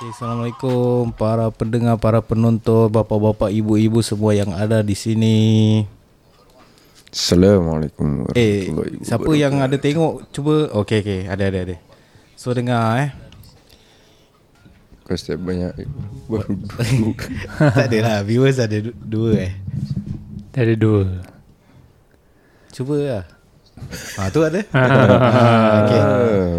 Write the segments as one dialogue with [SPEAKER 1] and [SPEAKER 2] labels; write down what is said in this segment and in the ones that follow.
[SPEAKER 1] Assalamualaikum para pendengar, para penonton, bapa-bapa, ibu-ibu semua yang ada di sini.
[SPEAKER 2] Assalamualaikum
[SPEAKER 1] Eh,
[SPEAKER 2] warahmatullahi
[SPEAKER 1] siapa yang ada tengok cuba okey okey, ada ada ada. So dengar eh.
[SPEAKER 2] wabarakatuh. Kau setiap banyak Baru duduk
[SPEAKER 1] tak ada lah, viewers ada du- dua eh.
[SPEAKER 3] Ada dua
[SPEAKER 1] Cuba lah. Ha tu ada. Ah,
[SPEAKER 2] Ah,
[SPEAKER 1] Okey.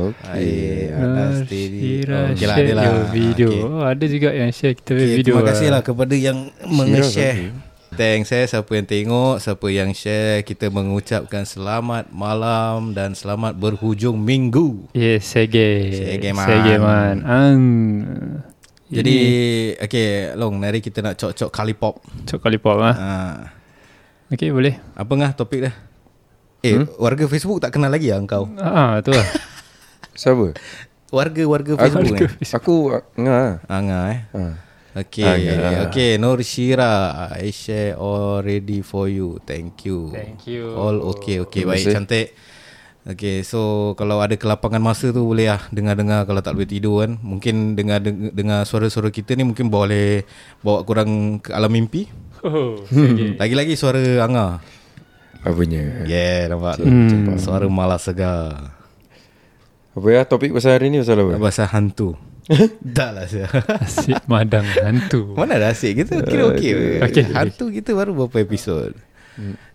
[SPEAKER 1] Okey lah, ada
[SPEAKER 3] share
[SPEAKER 1] lah.
[SPEAKER 3] your video
[SPEAKER 1] Okey.
[SPEAKER 3] okay. Oh ada juga yang share kita punya
[SPEAKER 1] Okay,
[SPEAKER 3] video
[SPEAKER 1] terima kasih lah kepada yang meng-share. Thanks eh siapa yang tengok, siapa yang share. Kita mengucapkan selamat malam dan selamat berhujung minggu.
[SPEAKER 3] Yes Sege
[SPEAKER 1] Sege man.
[SPEAKER 3] Sege man Ang
[SPEAKER 1] Jadi, okay, Long, hari kita nak cok-cok kalipop.
[SPEAKER 3] Cok kali pop lah
[SPEAKER 1] Ha.
[SPEAKER 3] Okay boleh
[SPEAKER 1] Apa ngah topik dah? Eh, hmm? warga Facebook tak kenal lagi lah kau?
[SPEAKER 3] Ah tu lah
[SPEAKER 2] Siapa?
[SPEAKER 1] Warga-warga Facebook ni?
[SPEAKER 2] Aku Nga
[SPEAKER 1] Ha, ngah eh.
[SPEAKER 2] ha. ya.
[SPEAKER 1] Okay, okay, Nur Syira, I share already for you. Thank you.
[SPEAKER 3] Thank you.
[SPEAKER 1] All okay, okay,
[SPEAKER 2] Terima
[SPEAKER 1] baik,
[SPEAKER 2] kasih.
[SPEAKER 1] cantik. Okay, so kalau ada kelapangan masa tu boleh lah dengar-dengar kalau tak boleh tidur kan. Mungkin dengar deng- dengar suara-suara kita ni mungkin boleh bawa kurang ke alam mimpi.
[SPEAKER 3] Oh Sege
[SPEAKER 1] Lagi-lagi suara Anga.
[SPEAKER 2] Apanya
[SPEAKER 1] Yeah, nampak tu. Hmm. Suara malas segar.
[SPEAKER 2] Apa ya topik pasal hari ni pasal apa?
[SPEAKER 1] Bahasa hantu. Dah lah saya.
[SPEAKER 3] Asyik madang hantu
[SPEAKER 1] Mana dah asyik Kita kira okey okay.
[SPEAKER 3] Eh, Okey. Hmm.
[SPEAKER 1] Hantu kita baru berapa episod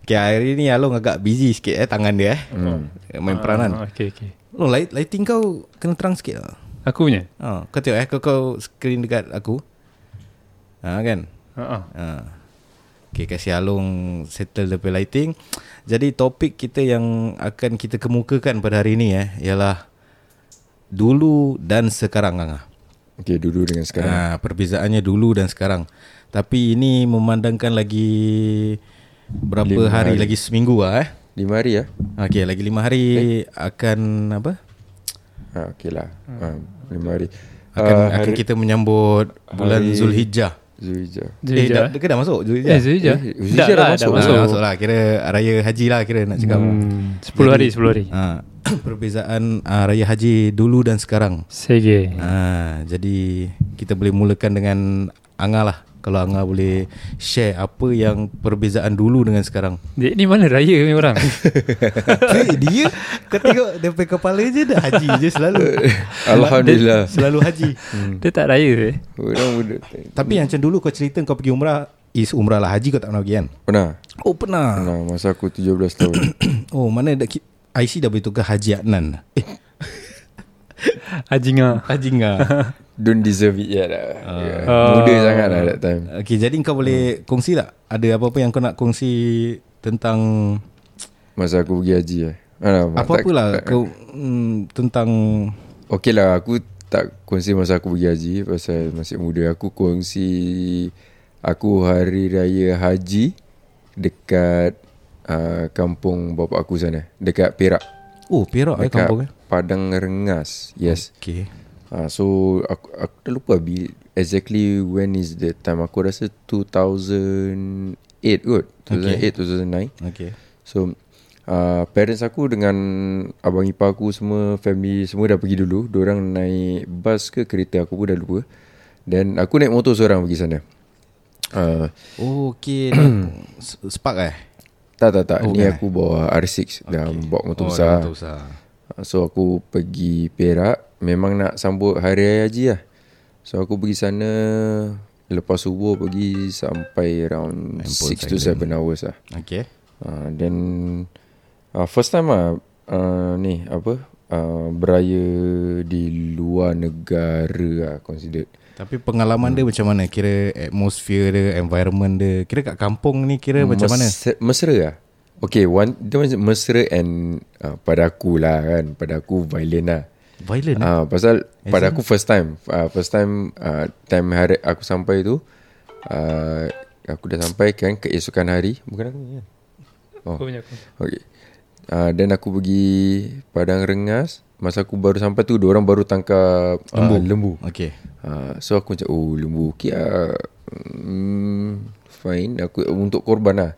[SPEAKER 1] Okay hari ni Along agak busy sikit eh Tangan dia eh hmm. Main peranan
[SPEAKER 3] ah, Okay okay
[SPEAKER 1] Long light, lighting kau Kena terang sikit lah
[SPEAKER 3] Aku punya
[SPEAKER 1] ha, Kau tengok eh Kau, kau screen dekat aku ha, Kan
[SPEAKER 3] Ah, ah.
[SPEAKER 1] ha. Okay kasih Along Settle the lighting Jadi topik kita yang Akan kita kemukakan pada hari ni eh Ialah Dulu dan sekarang Angah
[SPEAKER 2] Okay dulu dengan sekarang
[SPEAKER 1] Ha, perbezaannya dulu dan sekarang. Tapi ini memandangkan lagi berapa lima hari, hari lagi seminggu lah eh.
[SPEAKER 2] Lima hari ya
[SPEAKER 1] Okey, lagi lima hari eh. akan apa?
[SPEAKER 2] ha, Okay lah
[SPEAKER 1] Hmm.
[SPEAKER 2] ha, Lima hari
[SPEAKER 1] Akan,
[SPEAKER 2] Ah,
[SPEAKER 1] uh, akan kita menyambut bulan hari. Zulhijjah.
[SPEAKER 2] Zulhijjah
[SPEAKER 1] Eh, dah,
[SPEAKER 3] Zulhijjah
[SPEAKER 1] dah, dah masuk
[SPEAKER 3] Eh
[SPEAKER 1] Zulhijjah.
[SPEAKER 3] Zulhijjah
[SPEAKER 2] Eh, Zulhijjah dah
[SPEAKER 1] dah masuk. Dah masuk lah kira raya haji lah kira nak cakap. Hmm.
[SPEAKER 3] Hmm, 10 hari 10 hari
[SPEAKER 1] Ha, perbezaan uh, raya haji dulu dan sekarang.
[SPEAKER 3] Sege
[SPEAKER 1] Ha, jadi kita boleh mulakan dengan Anga lah. Kalau Anga boleh share apa yang perbezaan dulu dengan sekarang.
[SPEAKER 3] Dek ni mana raya ni orang
[SPEAKER 1] Eh, dia kau tengok daripada kepala je dah haji je selalu.
[SPEAKER 2] Alhamdulillah
[SPEAKER 1] selalu haji.
[SPEAKER 3] Dia tak raya eh
[SPEAKER 2] Orang budak
[SPEAKER 1] Tapi yang macam dulu kau cerita kau pergi umrah, is umrah lah haji kau tak pernah pergi kan?
[SPEAKER 2] Pernah?
[SPEAKER 1] Oh pernah.
[SPEAKER 2] Pernah masa aku 17 tahun
[SPEAKER 1] Oh mana dah ki- IC dah bertukar Haji Adnan. Eh,
[SPEAKER 3] Haji Ngah
[SPEAKER 1] Haji nga.
[SPEAKER 2] Don't deserve it yet lah yeah. Muda sangat lah that time
[SPEAKER 1] okay, jadi kau boleh kongsi tak? Ada apa-apa yang kau nak kongsi tentang
[SPEAKER 2] Masa aku pergi haji eh. Alamak,
[SPEAKER 1] apa-apalah lah,
[SPEAKER 2] tak-
[SPEAKER 1] kau mm, tentang
[SPEAKER 2] Okey lah aku tak kongsi masa aku pergi haji Pasal masih muda Aku kongsi Aku hari raya haji Dekat uh, Kampung bapa aku sana Dekat Perak
[SPEAKER 1] Oh, Perak eh
[SPEAKER 2] Dekat
[SPEAKER 1] kampung eh.
[SPEAKER 2] Padang Rengas Yes
[SPEAKER 1] Okay.
[SPEAKER 2] uh, So aku, aku dah lupa bila, Exactly when is the time Aku rasa 2008 kot 2008, 2009
[SPEAKER 1] Okay.
[SPEAKER 2] So uh, Parents aku dengan Abang ipar aku semua Family semua dah pergi dulu Diorang naik bas ke kereta Aku pun dah lupa Then aku naik motor seorang pergi sana uh,
[SPEAKER 1] Oh, okay. dah. S- Spark eh?
[SPEAKER 2] Tak tak tak oh, Ni aku bawa R6 okay. Dah bawa motor oh, besar Uh,
[SPEAKER 1] Tak usah.
[SPEAKER 2] So aku pergi Perak Memang nak sambut Hari Raya Haji lah So aku pergi sana Lepas subuh pergi sampai around 6 to 7 hours lah
[SPEAKER 1] Okay.
[SPEAKER 2] Uh, then uh, first time ah uh, ni apa uh, beraya di luar negara ah considered.
[SPEAKER 1] Tapi pengalaman dia macam mana? Kira atmosphere dia, environment dia. Kira kat kampung ni kira macam mana?
[SPEAKER 2] Mes- mesra ah. Okay, one dia macam mesra and uh, pada aku lah kan, pada aku violent lah.
[SPEAKER 1] Violent.
[SPEAKER 2] Ah uh, pasal pada aku first time, uh, first time uh, time hari aku sampai tu uh, aku dah sampai kan keesokan hari, bukan aku ya.
[SPEAKER 1] Oh.
[SPEAKER 3] Aku punya aku
[SPEAKER 2] Okay. Uh, then aku pergi Padang Rengas. Masa aku baru sampai tu, orang baru tangkap lembu. Uh, lembu.
[SPEAKER 1] Okay.
[SPEAKER 2] Uh, so aku macam, oh lembu okay lah. Mm, fine. Aku untuk korban lah.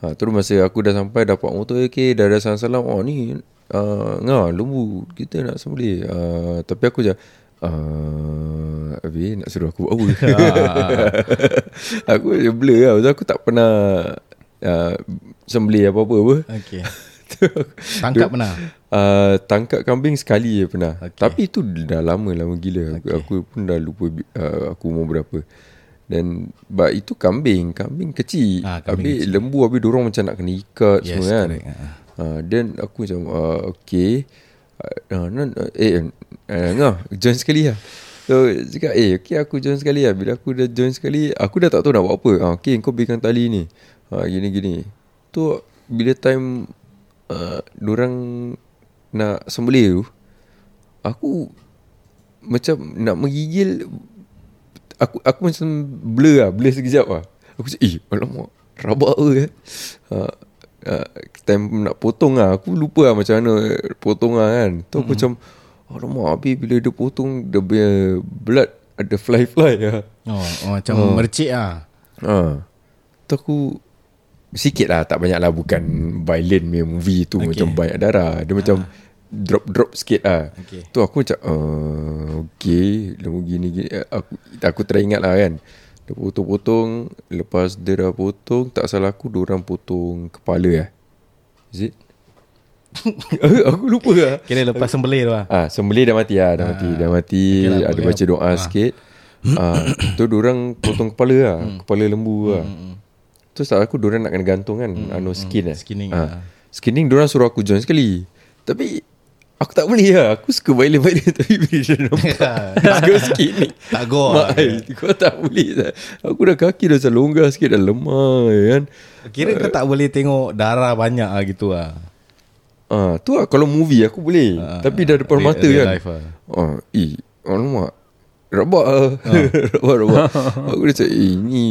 [SPEAKER 2] Uh, terus masa aku dah sampai dapat motor okay, dah ah, ada salam-salam. Oh ni uh, ngah lembu kita nak sembelih. Uh, Ah, tapi aku je Uh, Abi nak suruh aku buat apa Aku blur lah Sebab aku tak pernah uh, Sembelih apa-apa apa
[SPEAKER 1] Okey. Tangkap lah. pernah.
[SPEAKER 2] uh, Tangkap kambing sekali je pernah okay. Tapi itu dah lama Lama gila okay. aku, aku pun dah lupa bi- uh, Aku umur berapa Dan But itu kambing Kambing kecil
[SPEAKER 1] Ah,
[SPEAKER 2] ha,
[SPEAKER 1] kambing
[SPEAKER 2] Habis kecil. lembu Habis dorong macam nak kena ikat yes,
[SPEAKER 1] Yes,
[SPEAKER 2] Semua kan
[SPEAKER 1] correct. Ha.
[SPEAKER 2] uh, Then aku macam uh, Okay uh, non, uh, Eh uh, no, Join sekali lah So cakap Eh okay aku join sekali lah Bila aku dah join sekali Aku dah tak tahu nak buat apa uh, Okay kau berikan tali ni uh, Gini gini Tu bila time uh, Diorang Nak sembelih tu Aku Macam nak menggigil Aku aku macam blur lah Blur sekejap lah Aku macam Eh alamak Rabak ke kan uh, uh, Time nak potong lah Aku lupa lah macam mana Potong lah kan Tu aku mm-hmm. macam Alamak habis bila dia potong Dia punya blood Ada fly-fly lah
[SPEAKER 1] Oh, oh macam mercik ah.
[SPEAKER 2] Ha. Tu aku sikit lah tak banyak lah bukan violent punya movie tu okay. macam banyak darah. Dia macam drop-drop sikit lah.
[SPEAKER 1] Okay.
[SPEAKER 2] Tu aku macam uh, okay lama gini gini Eh, aku aku teringat lah kan. Dia potong-potong lepas dia dah potong tak salah aku dia orang potong kepala eh. Is it? aku lupa lah.
[SPEAKER 1] Kira lepas sembelih tu ah.
[SPEAKER 2] Ah, sembelih dah mati ah, dah mati, dah mati.
[SPEAKER 1] okay lah, Hmm?
[SPEAKER 2] Okay lah, ada
[SPEAKER 1] boleh
[SPEAKER 2] baca doa sikit. Ah, tu orang potong kepala lah,
[SPEAKER 1] Hmm.
[SPEAKER 2] kepala lembu lah. Terus tak aku orang nak kena gantung kan, anu skin
[SPEAKER 1] Hmm,
[SPEAKER 2] eh.
[SPEAKER 1] Skinning
[SPEAKER 2] Ah. Skinning orang suruh aku join sekali. Tapi aku tak boleh lah. Aku suka violent-violent tapi bila dia nampak suka skinning.
[SPEAKER 1] Ya. Tak go.
[SPEAKER 2] Mak, ai, kau tak boleh lah. Aku dah kaki dah macam longgar sikit dah lemah ya kan.
[SPEAKER 1] Kira kau tak boleh tengok darah banyak ah gitu ah.
[SPEAKER 2] Ah, tu lah kalau movie aku boleh. tapi dah depan
[SPEAKER 1] real-
[SPEAKER 2] mata
[SPEAKER 1] real
[SPEAKER 2] kan.
[SPEAKER 1] ah, life lah.
[SPEAKER 2] Oh, eh, alamak. Rabak lah.
[SPEAKER 1] Ah.
[SPEAKER 2] rabak, rabak. aku dah cakap, eh, ni.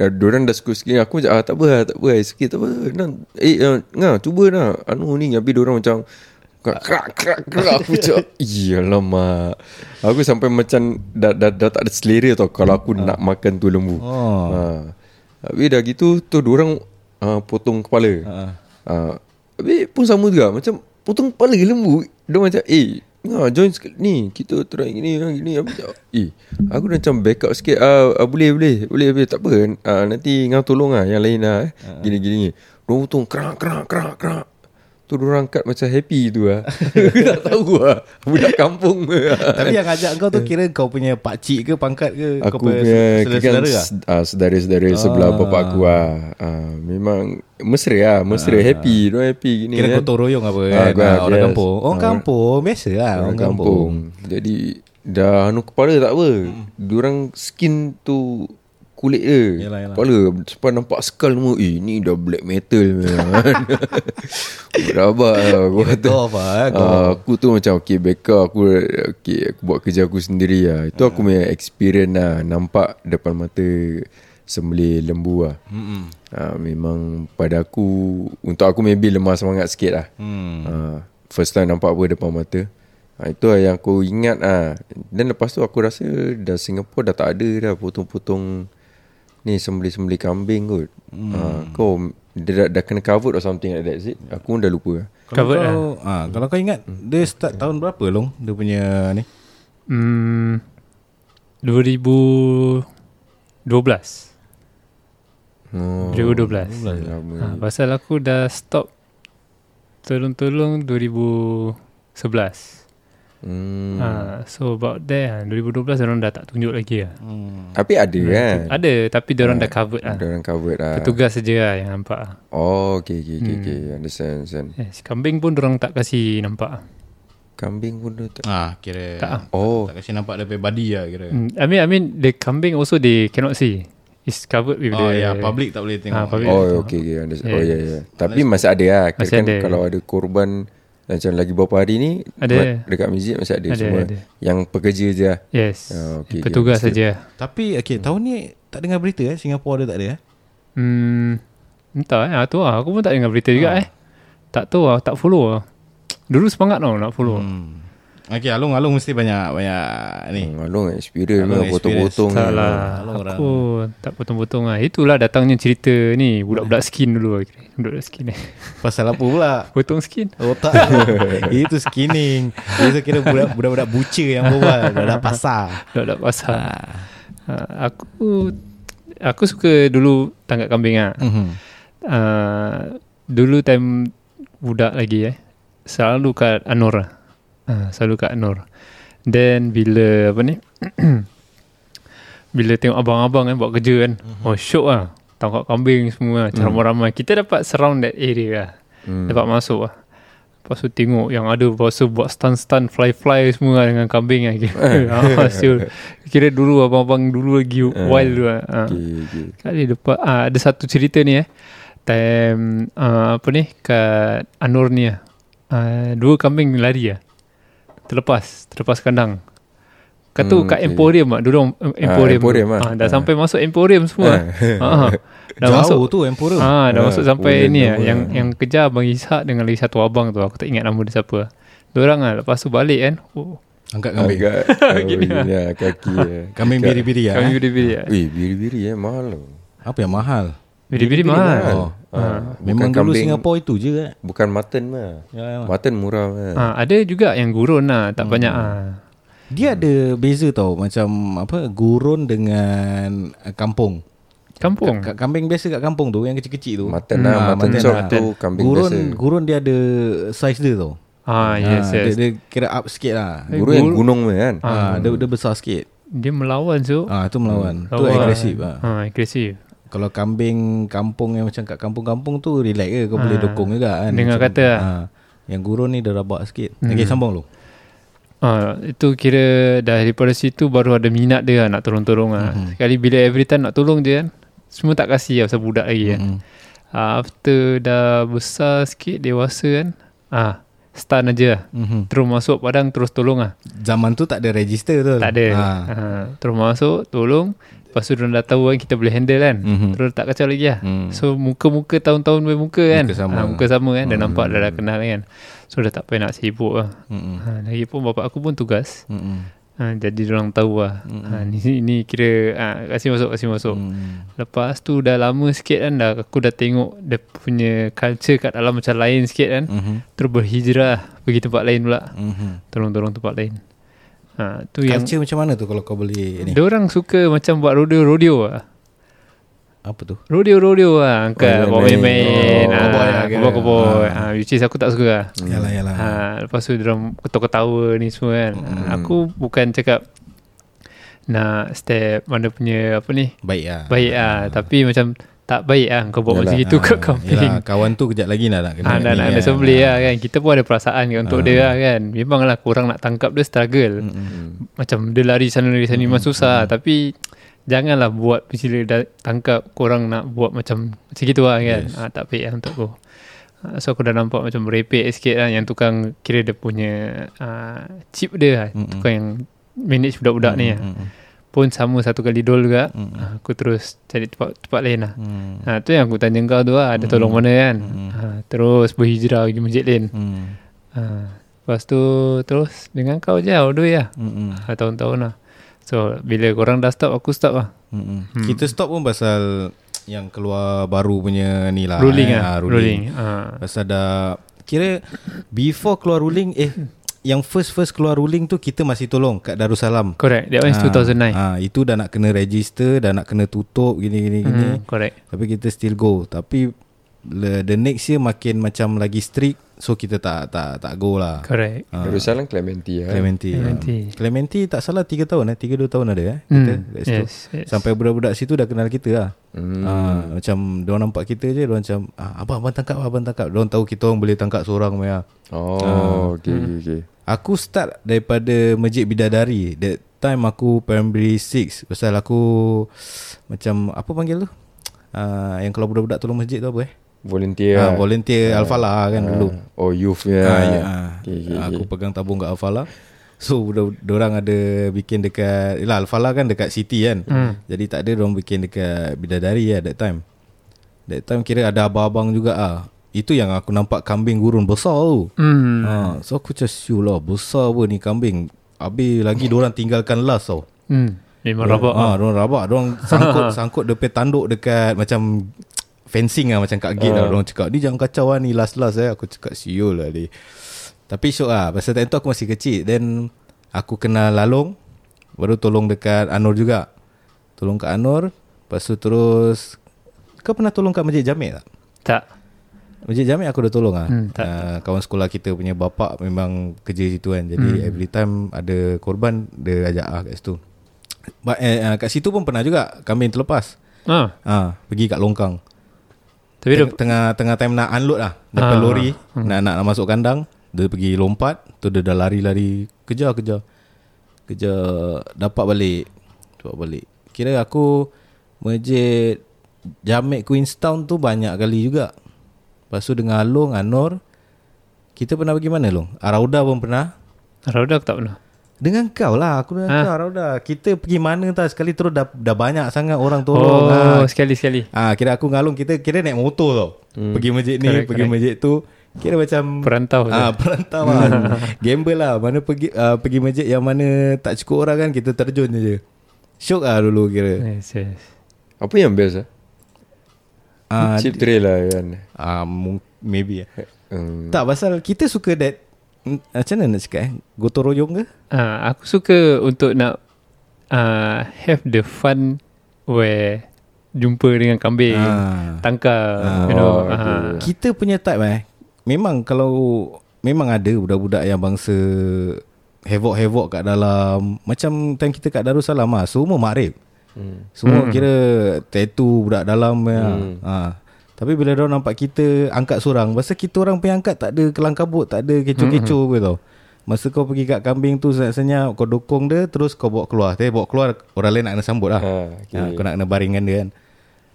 [SPEAKER 2] Dah- Diorang dah suka sikit. Aku macam, ah, tak apa lah, tak apa lah. Sikit, tak apa. Nah, eh, uh, nah, cuba lah. Anu ni, habis diorang macam, Krak, krak, krak, krak. Aku macam, eh, alamak. Aku sampai macam, dah, dah, dah tak ada selera tau kalau aku
[SPEAKER 1] Ah.
[SPEAKER 2] nak makan tu lembu.
[SPEAKER 1] Oh.
[SPEAKER 2] Ha. Habis dah gitu tu orang uh, potong kepala. Ha. Uh, habis pun sama juga macam potong kepala lembu. Dia macam eh Nga, join sekali ni Kita try gini ah, gini Aku macam Eh Aku dah macam back up sikit ah, ah, Boleh boleh Boleh boleh tak apa ah, Nanti Ngah tolong lah Yang lain lah eh. Gini gini gini Diorang potong Kerak kerak kerak kerak Tu diorang cut macam happy tu lah Aku tak tahu lah Budak kampung ke lah.
[SPEAKER 1] Tapi yang ajak kau tu kira kau punya pak cik ke pangkat ke Ah.
[SPEAKER 2] Aku
[SPEAKER 1] kau
[SPEAKER 2] punya
[SPEAKER 1] saudara-saudara
[SPEAKER 2] kan
[SPEAKER 1] ah.
[SPEAKER 2] s- ah, Saudara-saudara sebelah bapak aku lah ah, Memang Mesra lah Mesra happy Mereka happy gini
[SPEAKER 1] Ah. Kira
[SPEAKER 2] kan.
[SPEAKER 1] gotong royong apa
[SPEAKER 2] Ah,
[SPEAKER 1] kan
[SPEAKER 2] gua-
[SPEAKER 1] ah, Orang
[SPEAKER 2] yes.
[SPEAKER 1] kampung Orang kampung Biasa lah Orang kampung Hmm.
[SPEAKER 2] Jadi Dah anu kepala tak apa Diorang skin tu Kulit dia
[SPEAKER 1] Yalah, yalah.
[SPEAKER 2] Kepala Sebab nampak skull semua Eh ni dah black metal memang Berabak
[SPEAKER 1] Eh,
[SPEAKER 2] lah Aku kata
[SPEAKER 1] Golf lah eh, golf.
[SPEAKER 2] Ah, aku tu macam okay back up aku okay aku buat kerja aku sendiri lah. Itu aku punya experience lah nampak depan mata sembelih lembu lah. Mm-hmm. memang pada aku untuk aku maybe lemah semangat sikit lah. Mm. first time nampak apa depan mata. Ha, itu lah yang aku ingat ah. Dan lepas tu aku rasa dah Singapura dah tak ada dah potong-potong ni sembelih-sembelih kambing kot. Mm. kau dia dah, dah kena covered or something like that is it? Aku pun dah lupa.
[SPEAKER 1] Kalau
[SPEAKER 3] Covered
[SPEAKER 1] kau, ah, kalau kau ingat
[SPEAKER 2] Hmm.
[SPEAKER 1] Dia start tahun berapa long Dia punya ni
[SPEAKER 3] Hmm, 2012.
[SPEAKER 2] Oh.
[SPEAKER 3] 2012.
[SPEAKER 2] Lama.
[SPEAKER 3] Ha, pasal aku dah stop tolong-tolong 2011.
[SPEAKER 2] Hmm.
[SPEAKER 3] Hmm. Ha, so about there ah, 2012 orang dah tak tunjuk lagi lah.
[SPEAKER 2] Tapi ada kan?
[SPEAKER 3] Ada tapi dia orang dah covered lah.
[SPEAKER 2] Ada orang covered lah.
[SPEAKER 3] Petugas saja lah yang nampak lah.
[SPEAKER 2] Oh, okay, okay, okay, okay. Understand, understand.
[SPEAKER 3] Yes, kambing pun orang tak kasi nampak lah.
[SPEAKER 2] Kambing pun dia tak.
[SPEAKER 1] Ah, kira
[SPEAKER 3] Tak ah.
[SPEAKER 2] Oh,
[SPEAKER 1] Tak kasi nampak dia punya body lah kira
[SPEAKER 3] Mm, I mean I mean the kambing also they cannot see. It's covered with
[SPEAKER 1] Oh
[SPEAKER 3] the
[SPEAKER 1] ya public tak boleh tengok
[SPEAKER 3] Ah, public.
[SPEAKER 2] oh, okay, okay. Understand. Oh,
[SPEAKER 3] Yes.
[SPEAKER 2] ya, yeah, ya. Yeah. Tapi masih ada lah. Kira
[SPEAKER 3] Masih
[SPEAKER 2] kan
[SPEAKER 3] ada.
[SPEAKER 2] kalau ada korban macam lagi beberapa hari ni
[SPEAKER 3] Ada.
[SPEAKER 2] ma- dekat masjid masih ada,
[SPEAKER 3] Ada,
[SPEAKER 2] semua
[SPEAKER 3] ada.
[SPEAKER 2] yang pekerja je lah.
[SPEAKER 3] Yes.
[SPEAKER 2] Ah,
[SPEAKER 3] Oh,
[SPEAKER 2] okay,
[SPEAKER 3] okay,
[SPEAKER 2] okay,
[SPEAKER 3] Petugas
[SPEAKER 2] understood.
[SPEAKER 3] saja.
[SPEAKER 1] Tapi okay, tahun ni tak dengar berita eh Singapura ada tak ada eh
[SPEAKER 3] Hmm, entah eh. Ah, tu lah. Aku pun tak dengar berita juga eh. Tak tahu lah. Tak follow lah. Dulu semangat tau nak follow. Hmm.
[SPEAKER 1] Okay Alung Alung mesti banyak Banyak ni
[SPEAKER 2] Hmm, Along experience
[SPEAKER 1] Along
[SPEAKER 2] lah Potong-potong
[SPEAKER 3] Tak
[SPEAKER 2] ni.
[SPEAKER 3] lah
[SPEAKER 1] Kalau orang-
[SPEAKER 3] Aku tak potong-potong lah Itulah datangnya cerita ni Budak-budak skin dulu lah kira. Budak-budak skin eh.
[SPEAKER 1] Pasal apa pula
[SPEAKER 3] Potong skin
[SPEAKER 1] Otak Itu skinning Itu kira budak- budak-budak buca yang berbual Budak pasar
[SPEAKER 3] Budak-budak pasar
[SPEAKER 1] Ah.
[SPEAKER 3] ha, Aku Aku suka dulu Tangkap kambing lah
[SPEAKER 1] Mhm.
[SPEAKER 3] uh, Dulu time Budak lagi eh Selalu kat Anor lah uh, Selalu kat Anor Then bila Apa ni Bila tengok abang-abang kan Buat kerja kan
[SPEAKER 2] Mhm.
[SPEAKER 3] Oh syok lah Tangkap kambing semua lah Ramai-ramai Kita dapat surround that area lah
[SPEAKER 2] Hmm.
[SPEAKER 3] Dapat masuk lah Lepas tu tengok yang ada Lepas tu buat stun-stun Fly-fly semua lah Dengan kambing lah kira. Siul. kira dulu abang-abang dulu lagi Wild dulu lah
[SPEAKER 2] Eh.
[SPEAKER 3] Ah.
[SPEAKER 2] Okay, okay.
[SPEAKER 3] Kali depan ah, Ada satu cerita ni eh Time ah, Apa ni Kat Anur ni ah. Ah, Dua kambing lari lah Terlepas Terlepas kandang Kat tu
[SPEAKER 2] Hmm,
[SPEAKER 3] kat
[SPEAKER 2] okay.
[SPEAKER 3] Emporium ah. Dulu em- Emporium,
[SPEAKER 2] Emporium
[SPEAKER 3] tu.
[SPEAKER 2] lah.
[SPEAKER 3] Dah
[SPEAKER 2] Ah. Eh.
[SPEAKER 3] sampai masuk Emporium semua ah. Dah
[SPEAKER 1] Jauh
[SPEAKER 3] masuk
[SPEAKER 1] tu Emporum
[SPEAKER 3] Ah, dah
[SPEAKER 2] Ah,
[SPEAKER 3] masuk sampai
[SPEAKER 2] Woodland
[SPEAKER 3] ni ah,
[SPEAKER 2] Tower.
[SPEAKER 3] yang yang kejar Abang Ishak dengan lagi satu abang tu. Aku tak ingat nama dia siapa. Diorang ah lepas tu balik kan. Oh,
[SPEAKER 1] Angkat
[SPEAKER 2] Oh,
[SPEAKER 1] kambing
[SPEAKER 2] God. Oh,
[SPEAKER 3] Gini
[SPEAKER 2] gini lah. Kaki lah.
[SPEAKER 1] Kambing biri-biri ya
[SPEAKER 3] kami biri-biri ah.
[SPEAKER 2] Weh, biri-biri eh. Mahal loh.
[SPEAKER 1] Apa yang mahal
[SPEAKER 3] Biri-biri mahal.
[SPEAKER 1] Oh.
[SPEAKER 2] Ah,
[SPEAKER 1] Memang
[SPEAKER 2] bukan
[SPEAKER 1] dulu
[SPEAKER 2] kambing- Ya,
[SPEAKER 1] Singapura itu je kan
[SPEAKER 2] Bukan mutton lah.
[SPEAKER 1] Ya, ya.
[SPEAKER 2] Mutton murah lah.
[SPEAKER 3] Ah, ada juga yang gurun lah,
[SPEAKER 2] Hmm.
[SPEAKER 3] tak banyak ah.
[SPEAKER 1] Dia ada beza tau Macam apa Gurun dengan uh, Kampung
[SPEAKER 3] Kampung.
[SPEAKER 1] Kat kambing biasa kat kampung tu Yang kecil-kecil tu
[SPEAKER 2] Mutton lah.
[SPEAKER 1] Ah,
[SPEAKER 2] Mutton
[SPEAKER 1] mutton
[SPEAKER 2] chop
[SPEAKER 1] lah.
[SPEAKER 2] tu kambing
[SPEAKER 1] Gurun
[SPEAKER 2] biasa.
[SPEAKER 1] Gurun dia ada Size dia tau
[SPEAKER 3] Ah, yes,
[SPEAKER 1] Ah,
[SPEAKER 3] yes. Dia,
[SPEAKER 1] Dia, dia kira up sikit lah
[SPEAKER 3] Eh,
[SPEAKER 2] Gurun yang
[SPEAKER 3] gurun-
[SPEAKER 2] gunung lah kan.
[SPEAKER 1] ah. dia, dia besar sikit
[SPEAKER 3] melawan tu.
[SPEAKER 1] ah, Itu melawan Itu
[SPEAKER 3] Lawan.
[SPEAKER 1] agresif ah.
[SPEAKER 3] Ah, agresif.
[SPEAKER 1] Kalau kambing Kampung yang macam kat kampung-kampung tu Relax je Kau boleh dokong juga kan
[SPEAKER 3] Ah. Dengar
[SPEAKER 1] Macam-
[SPEAKER 3] kata lah. Hmm.
[SPEAKER 1] ah. Yang gurun ni dia rabak sikit Okay sambung lu
[SPEAKER 3] Ah, itu kira dah daripada situ baru ada minat dia lah, nak tolong-tolong lah.
[SPEAKER 1] Mhm.
[SPEAKER 3] Sekali bila every time nak tolong dia kan, semua tak kasih lah pasal budak lagi kan.
[SPEAKER 1] Mm.
[SPEAKER 3] Ah, after dah besar sikit, dewasa kan, ah, stun aja lah.
[SPEAKER 1] Mhm.
[SPEAKER 3] Terus masuk padang, terus tolong lah.
[SPEAKER 1] Zaman tu tak ada register tu
[SPEAKER 3] Tak ada. Ha.
[SPEAKER 1] ah.
[SPEAKER 3] Terus masuk, tolong. Lepas tu diorang dah tahu kan kita boleh handle kan.
[SPEAKER 1] Mhm.
[SPEAKER 3] Mm-hmm. Terus tak kacau lagi lah.
[SPEAKER 1] Mm.
[SPEAKER 3] Mm. So muka-muka tahun-tahun punya muka kan.
[SPEAKER 1] Muka sama. Hmm.
[SPEAKER 3] Ah, muka sama kan. Dah nampak dah, dah kenal kan. So dah tak payah nak sibuk lah.
[SPEAKER 1] Mm-mm.
[SPEAKER 3] Ha, lagipun bapak aku pun tugas.
[SPEAKER 1] Mm-mm.
[SPEAKER 3] Ha, jadi diorang tahu lah.
[SPEAKER 1] Hmm.
[SPEAKER 3] Ha, ni, ni kira ha, kasih masuk, kasih masuk.
[SPEAKER 1] Mm.
[SPEAKER 3] Lepas tu dah lama sikit kan dah aku dah tengok dia punya culture kat dalam macam lain sikit kan.
[SPEAKER 1] Mhm.
[SPEAKER 3] Terus berhijrah pergi tempat lain pula.
[SPEAKER 1] Mhm.
[SPEAKER 3] Tolong-tolong tempat lain. Ha, tu yang
[SPEAKER 1] Culture macam mana tu Kalau kau boleh ni
[SPEAKER 3] dia orang suka macam buat rodeo-rodeo lah.
[SPEAKER 1] Apa
[SPEAKER 3] Hmm.
[SPEAKER 1] tu
[SPEAKER 3] Rodeo-rodeo
[SPEAKER 2] Oh,
[SPEAKER 3] lah angkat bawa
[SPEAKER 2] main-main.
[SPEAKER 1] Oh,
[SPEAKER 3] main-main.
[SPEAKER 1] cowboy lah
[SPEAKER 3] Ah,
[SPEAKER 1] kira.
[SPEAKER 3] Kebor-kebor. Ah, which is aku tak suka lah.
[SPEAKER 1] Yalah yalah
[SPEAKER 3] Ha, lepas tu diorang ketawa-ketawa ni semua kan. Ah, Aku bukan cakap nak step mana punya apa ni.
[SPEAKER 1] Baik lah
[SPEAKER 3] Baik ah, tapi macam tak baik ah kau buat macam itu kat
[SPEAKER 1] Ha, Yalah,
[SPEAKER 3] kambing.
[SPEAKER 1] kawan tu kejap lagi lah nak kena.
[SPEAKER 3] Ha, dan
[SPEAKER 1] ni ya. Ah.
[SPEAKER 3] ada sembelih lah kan Kita pun ada perasaan kan Untuk dia lah kan Memanglah korang nak tangkap dia struggle
[SPEAKER 1] Mm,
[SPEAKER 3] Macam dia lari sana lari sana Memang susah Tapi Janganlah buat Bila dah tangkap Korang nak buat macam Macam gitu lah kan
[SPEAKER 1] Yes.
[SPEAKER 3] ha, Tak baik lah untuk aku ha, So aku dah nampak macam merepek sikit lah Yang tukang Kira dia punya uh, Chip dia lah
[SPEAKER 1] Mm,
[SPEAKER 3] Tukang yang Manage budak-budak ni lah Pun sama satu kali dol juga
[SPEAKER 1] Mm,
[SPEAKER 3] ha, Aku terus Cari tempat, tempat lain lah
[SPEAKER 1] Hmm.
[SPEAKER 3] Ha, tu yang aku tanya kau tu lah Ada tolong mana kan ha, Terus berhijrah pergi masjid lain
[SPEAKER 1] Hmm.
[SPEAKER 3] ha, Lepas tu Terus dengan kau je All the way lah
[SPEAKER 1] Hmm. Hmm.
[SPEAKER 3] ha, Tahun-tahun lah So bila korang dah stop Aku stop lah
[SPEAKER 1] Hmm. Hmm. Kita stop pun pasal yang keluar baru punya ni lah.
[SPEAKER 3] Ruling
[SPEAKER 1] eh,
[SPEAKER 3] lah
[SPEAKER 1] ah,
[SPEAKER 3] Ruling, Ha.
[SPEAKER 1] Pasal dah kira before keluar ruling eh yang first first keluar ruling tu kita masih tolong kat Darussalam.
[SPEAKER 3] Correct That one is 2009
[SPEAKER 1] Ah, itu dah nak kena register, dah nak kena tutup gini gini gini.
[SPEAKER 3] hmm, Correct
[SPEAKER 1] Tapi kita still go Tapi le- The next year Makin macam lagi strict So kita tak Tak tak go lah
[SPEAKER 3] Correct
[SPEAKER 1] Ah,
[SPEAKER 2] Darussalam Clementi lah.
[SPEAKER 1] Clementi
[SPEAKER 3] Clementi.
[SPEAKER 1] ah. Clementi tak salah 3 tahun eh 3 2 tahun ada eh kita
[SPEAKER 3] Hmm,
[SPEAKER 1] kat situ.
[SPEAKER 3] Yes, yes.
[SPEAKER 1] Sampai budak-budak situ dah kenal kita lah
[SPEAKER 2] Hmm.
[SPEAKER 1] ah, Macam Diorang nampak kita je Diorang macam ah, Abang abang tangkap Abang tangkap Diorang tahu kita orang boleh tangkap seorang punya. Ah.
[SPEAKER 2] Oh, okay,
[SPEAKER 1] Hmm.
[SPEAKER 2] okay, okay.
[SPEAKER 1] Aku start daripada Masjid Bidadari That time aku primary 6 Pasal aku Macam Apa panggil tu ah, Yang kalau budak-budak tolong masjid tu apa eh
[SPEAKER 2] Volunteer
[SPEAKER 1] yeah.
[SPEAKER 2] lah.
[SPEAKER 1] volunteer Al-Falah kan dulu.
[SPEAKER 2] Oh, youth ya.
[SPEAKER 1] Ah,
[SPEAKER 2] Yeah.
[SPEAKER 1] ya.
[SPEAKER 2] Okay, okay,
[SPEAKER 1] Aku pegang tabung kat Al-Falah. So orang ada bikin dekat Yalah Al-Falah kan dekat city kan. Hmm. Jadi lah tak ada orang bikin dekat Bidadari ya that time. That time kira ada abang-abang juga ah. Itu yang aku nampak kambing gurun besar tu.
[SPEAKER 3] Hmm.
[SPEAKER 1] Ha, so aku macam siul lah besar apa ni kambing. Habis lagi diorang tinggalkan last tau.
[SPEAKER 3] Hmm. Memang rabak.
[SPEAKER 1] Ah, ha, diorang rabak. Diorang sangkut sangkut depan tanduk dekat macam fencing lah macam kat gate lah. Diorang cakap, ni jangan kacau lah ni last-last eh. Aku cakap siul lah ni. Tapi syok lah. Pasal time tu aku masih kecil. Then aku kenal Lalong. Baru tolong dekat Anur juga. Tolong kat Anur. Lepas tu terus kau pernah tolong kat Masjid Jamik tak?
[SPEAKER 3] Tak.
[SPEAKER 1] Masjid Jamik aku dah tolong lah
[SPEAKER 3] Hmm,
[SPEAKER 1] hmm, uh, Kawan sekolah kita punya bapak Memang kerja situ kan Jadi hmm. every time Ada korban Dia ajak ah kat situ But, eh, ah, Kat situ pun pernah juga Kambing terlepas
[SPEAKER 3] Ah,
[SPEAKER 1] ah, Pergi kat longkang
[SPEAKER 3] tapi dia
[SPEAKER 1] Teng- Tengah tengah time nak unload lah Depan
[SPEAKER 3] Ah.
[SPEAKER 1] lori nak, nak nak masuk kandang Dia pergi lompat Tu dia dah lari-lari Kejar kejar Kejar Dapat balik Dapat balik Kira aku Masjid Jamek Queenstown tu banyak kali juga Lepas tu dengan Along Anor Kita pernah pergi mana Long? Arauda pun pernah
[SPEAKER 3] Rauda aku tak pernah.
[SPEAKER 1] dengan kau lah Aku dengan
[SPEAKER 3] Ah.
[SPEAKER 1] ha. kau Arauda Kita pergi mana tak Sekali terus dah, dah banyak sangat Orang tolong
[SPEAKER 3] Oh,
[SPEAKER 1] Ah,
[SPEAKER 3] sekali-sekali.
[SPEAKER 1] Ah kira aku ngalung kita kira naik motor tau. Hmm. Pergi masjid ni,
[SPEAKER 3] Correct,
[SPEAKER 1] correct, pergi
[SPEAKER 3] correct.
[SPEAKER 1] masjid tu. Kira macam
[SPEAKER 3] Perantau tu.
[SPEAKER 1] Ah perantau lah. Gamble lah. Mana pergi ah, pergi masjid yang mana tak cukup orang kan kita terjun je. Syok lah dulu kira.
[SPEAKER 3] Yes, yes.
[SPEAKER 2] Apa yang best lah?
[SPEAKER 3] Hmm.
[SPEAKER 1] Ah
[SPEAKER 2] Cheap trail lah kan.
[SPEAKER 1] ah mung- maybe eh.
[SPEAKER 2] Hmm.
[SPEAKER 1] Tak pasal kita suka that mm, macam mana nak cakap eh? Gotong royong ke?
[SPEAKER 3] Ah, aku suka untuk nak ah, have the fun where jumpa dengan kambing,
[SPEAKER 1] Ah.
[SPEAKER 3] tangkap, you
[SPEAKER 2] Ah,
[SPEAKER 3] know.
[SPEAKER 2] okay.
[SPEAKER 3] ah.
[SPEAKER 1] Kita punya type eh. Memang kalau memang ada budak-budak yang bangsa havoc-havoc kat dalam. Macam time kita kat Darussalam lah. Semua makrib.
[SPEAKER 2] Hmm.
[SPEAKER 1] Semua hmm. kira tattoo budak dalam hmm. ha. Tapi bila dia nampak kita angkat seorang, pasal kita orang punya angkat tak ada kelang kabut, tak ada kecoh-kecoh hmm. tau. Masa kau pergi kat kambing tu senyap-senyap, kau dokong dia, terus kau bawa keluar. Tapi bawa keluar, orang lain nak kena sambut lah.
[SPEAKER 2] Ha,
[SPEAKER 1] okay. ha, kau nak kena baringan dia kan.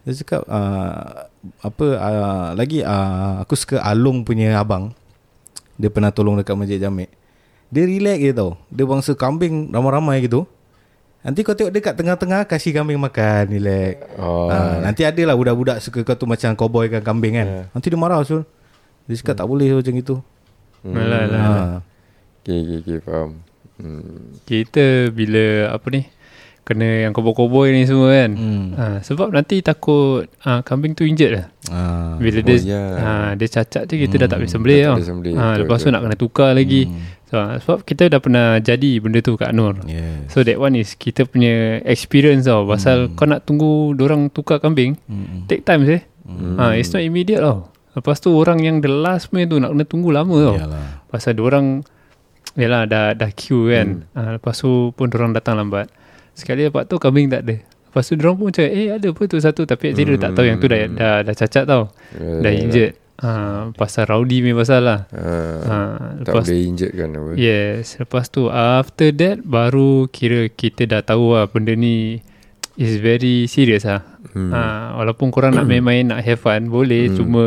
[SPEAKER 1] Dia cakap, uh, apa, uh, lagi uh, aku suka Alung punya abang. Dia pernah tolong dekat Masjid Jamik. Dia relax je tau. Dia bangsa kambing ramai-ramai gitu. Nanti kau tengok dia kat tengah-tengah kasih kambing makan, relax.
[SPEAKER 2] Oh.
[SPEAKER 1] Ah, nanti ada lah budak-budak suka kau tu macam cowboy kan kambing kan. Yeah. Nanti dia marah Sul. Dia cakap tak boleh lah macam gitu.
[SPEAKER 2] Hmm.
[SPEAKER 3] Alah, alah.
[SPEAKER 2] Ah.
[SPEAKER 1] Ha.
[SPEAKER 2] Okay, okay, okay, faham. Hmm.
[SPEAKER 3] Kita bila apa ni Kena yang koboi-koboi ni semua kan
[SPEAKER 1] Hmm.
[SPEAKER 3] ha, Sebab nanti takut ha, Kambing tu injet lah
[SPEAKER 1] Ha.
[SPEAKER 2] Oh,
[SPEAKER 3] Bila dia
[SPEAKER 2] ya.
[SPEAKER 3] ha, Dia cacat je Kita dah tak boleh sembelih
[SPEAKER 2] Dah tak
[SPEAKER 3] tau
[SPEAKER 2] boleh sembelih,
[SPEAKER 3] ha,
[SPEAKER 2] betul,
[SPEAKER 3] Lepas tu
[SPEAKER 2] betul. Hmm.
[SPEAKER 3] nak kena tukar lagi so, ha, Sebab kita dah pernah jadi Benda tu kat Nur
[SPEAKER 1] Yeah.
[SPEAKER 3] So that one is Kita punya experience tau Pasal kau nak tunggu Diorang tukar kambing
[SPEAKER 1] Hmm.
[SPEAKER 3] Take time sih ha, It's not immediate tau Lepas tu orang yang the last punya tu Nak kena tunggu lama tau
[SPEAKER 1] Yalah.
[SPEAKER 3] Pasal diorang Yalah dah, dah queue kan hmm. ha, Lepas tu pun diorang datang lambat Sekali dapat tu kambing tak ada Lepas tu diorang pun macam Eh ada apa tu satu Tapi actually hmm. dia tak tahu yang tu dah, dah, dah cacat tau
[SPEAKER 2] Ya,
[SPEAKER 3] Dah
[SPEAKER 2] ya,
[SPEAKER 3] injured ha, Pasal rowdy punya pasal lah
[SPEAKER 2] Ha,
[SPEAKER 3] ha,
[SPEAKER 2] tak
[SPEAKER 3] Lepas Ya.
[SPEAKER 2] boleh injet kan apa.
[SPEAKER 3] Yes Lepas tu after that Baru kira kita dah tahu lah Benda ni Is very serious lah hmm. ha, Walaupun korang nak main-main Nak have fun Boleh hmm. Cuma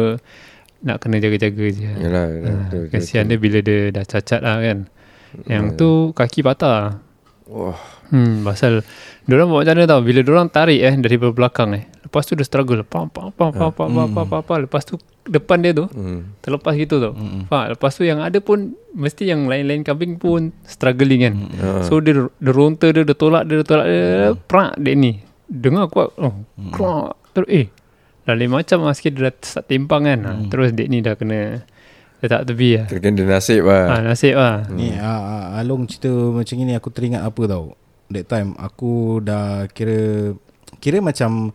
[SPEAKER 3] Nak kena jaga-jaga je
[SPEAKER 2] Yalah, yalah, betul, betul,
[SPEAKER 3] Ah,
[SPEAKER 2] betul. Hmm.
[SPEAKER 3] Kasihan dia bila dia dah cacat lah kan Yang tu kaki patah
[SPEAKER 2] Wah,
[SPEAKER 3] Hmm pasal Diorang buat macam mana tau Bila diorang tarik eh Daripada belakang eh Lepas tu dia struggle Pam pam pam pam pam pam pam pam, pam. Lepas tu depan dia tu
[SPEAKER 2] hmm.
[SPEAKER 3] Terlepas gitu tau mm Lepas tu yang ada pun Mesti yang lain-lain kambing pun Struggling kan So dia, dia ronta dia Dia tolak dia Dia tolak dia mm. Prak dia ni Dengar kuat oh, mm. Krak Terus eh Dah lain macam lah sikit Dia dah start timpang kan mm. Terus dia ni dah kena Letak tepi lah
[SPEAKER 2] Kira-kira dia nasib lah.
[SPEAKER 3] ha, Nasib lah
[SPEAKER 1] Ni ah, ah, Along cerita macam ni aku teringat apa tau. That time aku dah kira kira macam